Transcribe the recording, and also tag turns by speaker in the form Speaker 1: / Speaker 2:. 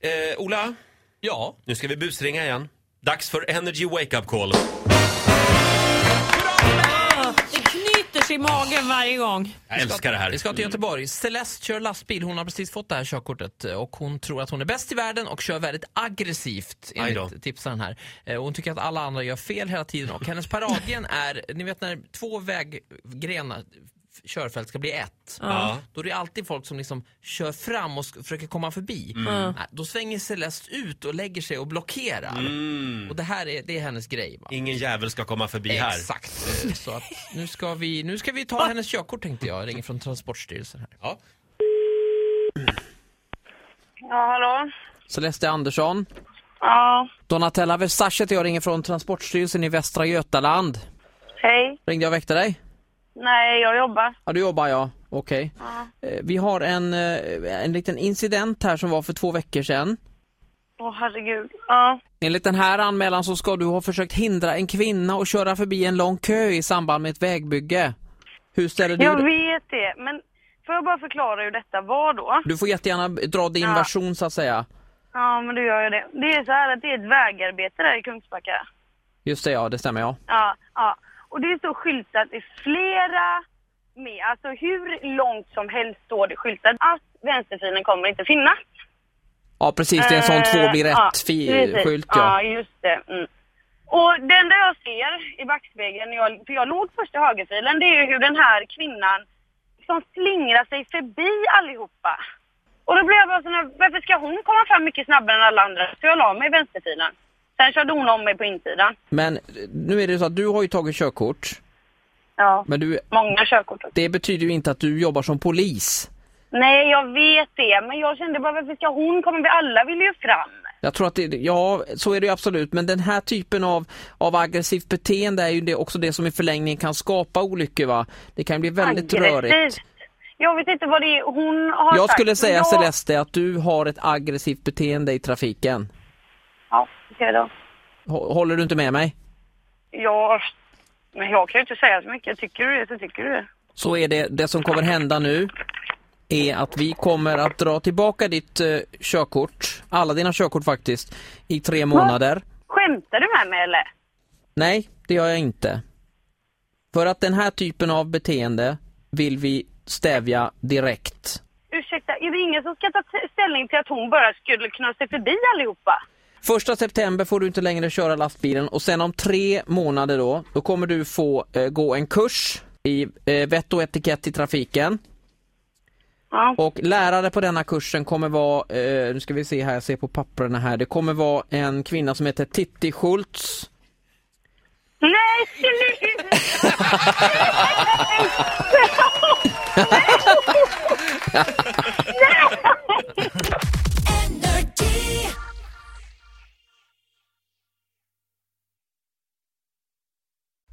Speaker 1: Eh, Ola,
Speaker 2: Ja.
Speaker 1: nu ska vi busringa igen. Dags för Energy Wake Up Call.
Speaker 3: Det knyter sig i magen varje gång.
Speaker 1: Jag älskar det här.
Speaker 2: Vi ska till Göteborg. Celeste kör lastbil. Hon har precis fått det här körkortet eh, och hon tror att hon är bäst i världen och kör väldigt aggressivt
Speaker 1: Aj då.
Speaker 2: enligt tipsaren här. Eh, och Hon tycker att alla andra gör fel hela tiden och hennes paradgren är, ni vet när två väggrenar f- körfält ska bli ett.
Speaker 1: Ja.
Speaker 2: Då är det alltid folk som liksom kör fram och sk- försöker komma förbi.
Speaker 1: Mm.
Speaker 2: Nej, Då svänger Celeste ut och lägger sig och blockerar.
Speaker 1: Mm.
Speaker 2: Och det här är, det är hennes grej. Va?
Speaker 1: Ingen jävel ska komma förbi här.
Speaker 2: Exakt. Eh, Så att nu ska vi, nu ska vi ta hennes körkort tänkte jag. Jag ringer från Transportstyrelsen här.
Speaker 1: Ja.
Speaker 4: Ja, hallå?
Speaker 2: Celeste Andersson.
Speaker 4: Ja,
Speaker 2: Donatella Versace heter jag ringer från Transportstyrelsen i Västra Götaland.
Speaker 4: hej.
Speaker 2: Ringde jag och väckte dig?
Speaker 4: Nej, jag jobbar.
Speaker 2: Ja, du jobbar jag. Okej. Eh, Vi har en, eh, en liten incident här som var för två veckor sedan.
Speaker 4: Åh, herregud. Ja,
Speaker 2: Enligt den här anmälan så ska du ha försökt hindra en kvinna och köra förbi en lång kö i samband med ett vägbygge. Hur ställer du
Speaker 4: jag
Speaker 2: dig?
Speaker 4: vet det. Men får jag bara förklara hur detta var då?
Speaker 2: Du får jättegärna dra din
Speaker 4: Ja.
Speaker 2: version så att säga.
Speaker 4: Ja, men du gör ju det. Det är så här att det är ett vägarbete där i Kungsbacka.
Speaker 2: Just det, ja det stämmer ja.
Speaker 4: Ja, ja. Och det står skyltat i flera med. Alltså hur långt som helst står det skyltat att vänsterfilen kommer inte finnas.
Speaker 2: Ja precis, det är en sån
Speaker 4: Eh,
Speaker 2: två blir
Speaker 4: ja, precis.
Speaker 2: rätt-skylt
Speaker 4: Ja,
Speaker 2: ja.
Speaker 4: just det. Mm. Och det enda jag ser i backspegeln, när jag, för jag låg först i högerfilen, det är ju hur den här kvinnan liksom slingrar sig förbi allihopa. Och då blev jag bara sån här, varför ska hon komma fram mycket snabbare än alla andra? Så jag la mig i vänsterfilen. Sen körde hon om mig på insidan.
Speaker 2: Men eh, nu är det så att du har ju tagit körkort.
Speaker 4: Ja,
Speaker 2: Men du
Speaker 4: många körkort också.
Speaker 2: Det betyder ju inte att du jobbar som polis.
Speaker 4: Nej, jag vet det, men jag kände bara varför ska hon komma? Vi alla vill ju fram.
Speaker 2: Jag tror att det, ja, så är det ju absolut, men den här typen av, av aggressivt beteende är ju det, också det som i förlängningen kan skapa olyckor va? Det kan bli väldigt rörigt.
Speaker 4: Aggressivt. Jag vet inte vad det är hon har
Speaker 2: Jag
Speaker 4: sagt,
Speaker 2: skulle
Speaker 4: men
Speaker 2: säga
Speaker 4: jag...
Speaker 2: Celeste att du har ett aggressivt beteende i trafiken.
Speaker 4: Ja, okej då.
Speaker 2: Hå- Håller du inte med mig?
Speaker 4: Ja, men jag kan ju inte säga så mycket. Tycker du det så tycker du det.
Speaker 2: Så är det, det som kommer hända nu är att vi kommer att dra tillbaka ditt eh, körkort, alla dina körkort faktiskt, i tre månader.
Speaker 4: Skämtar du med mig eller?
Speaker 2: Nej, det gör jag inte. För att den här typen av beteende vill vi stävja direkt.
Speaker 4: Ursäkta, är det ingen som ska ta t- ställning till att hon bara skulle kunna se förbi allihopa?
Speaker 2: Första september får du inte längre köra lastbilen och sen om tre månader då, då kommer du få eh, gå en kurs i eh, vett och etikett i trafiken.
Speaker 4: Ja.
Speaker 2: Och lärare på denna kursen kommer vara, eh, nu ska vi se här, jag ser på papperna här, det kommer vara en kvinna som heter Titti Schultz.
Speaker 4: Nej, sluta!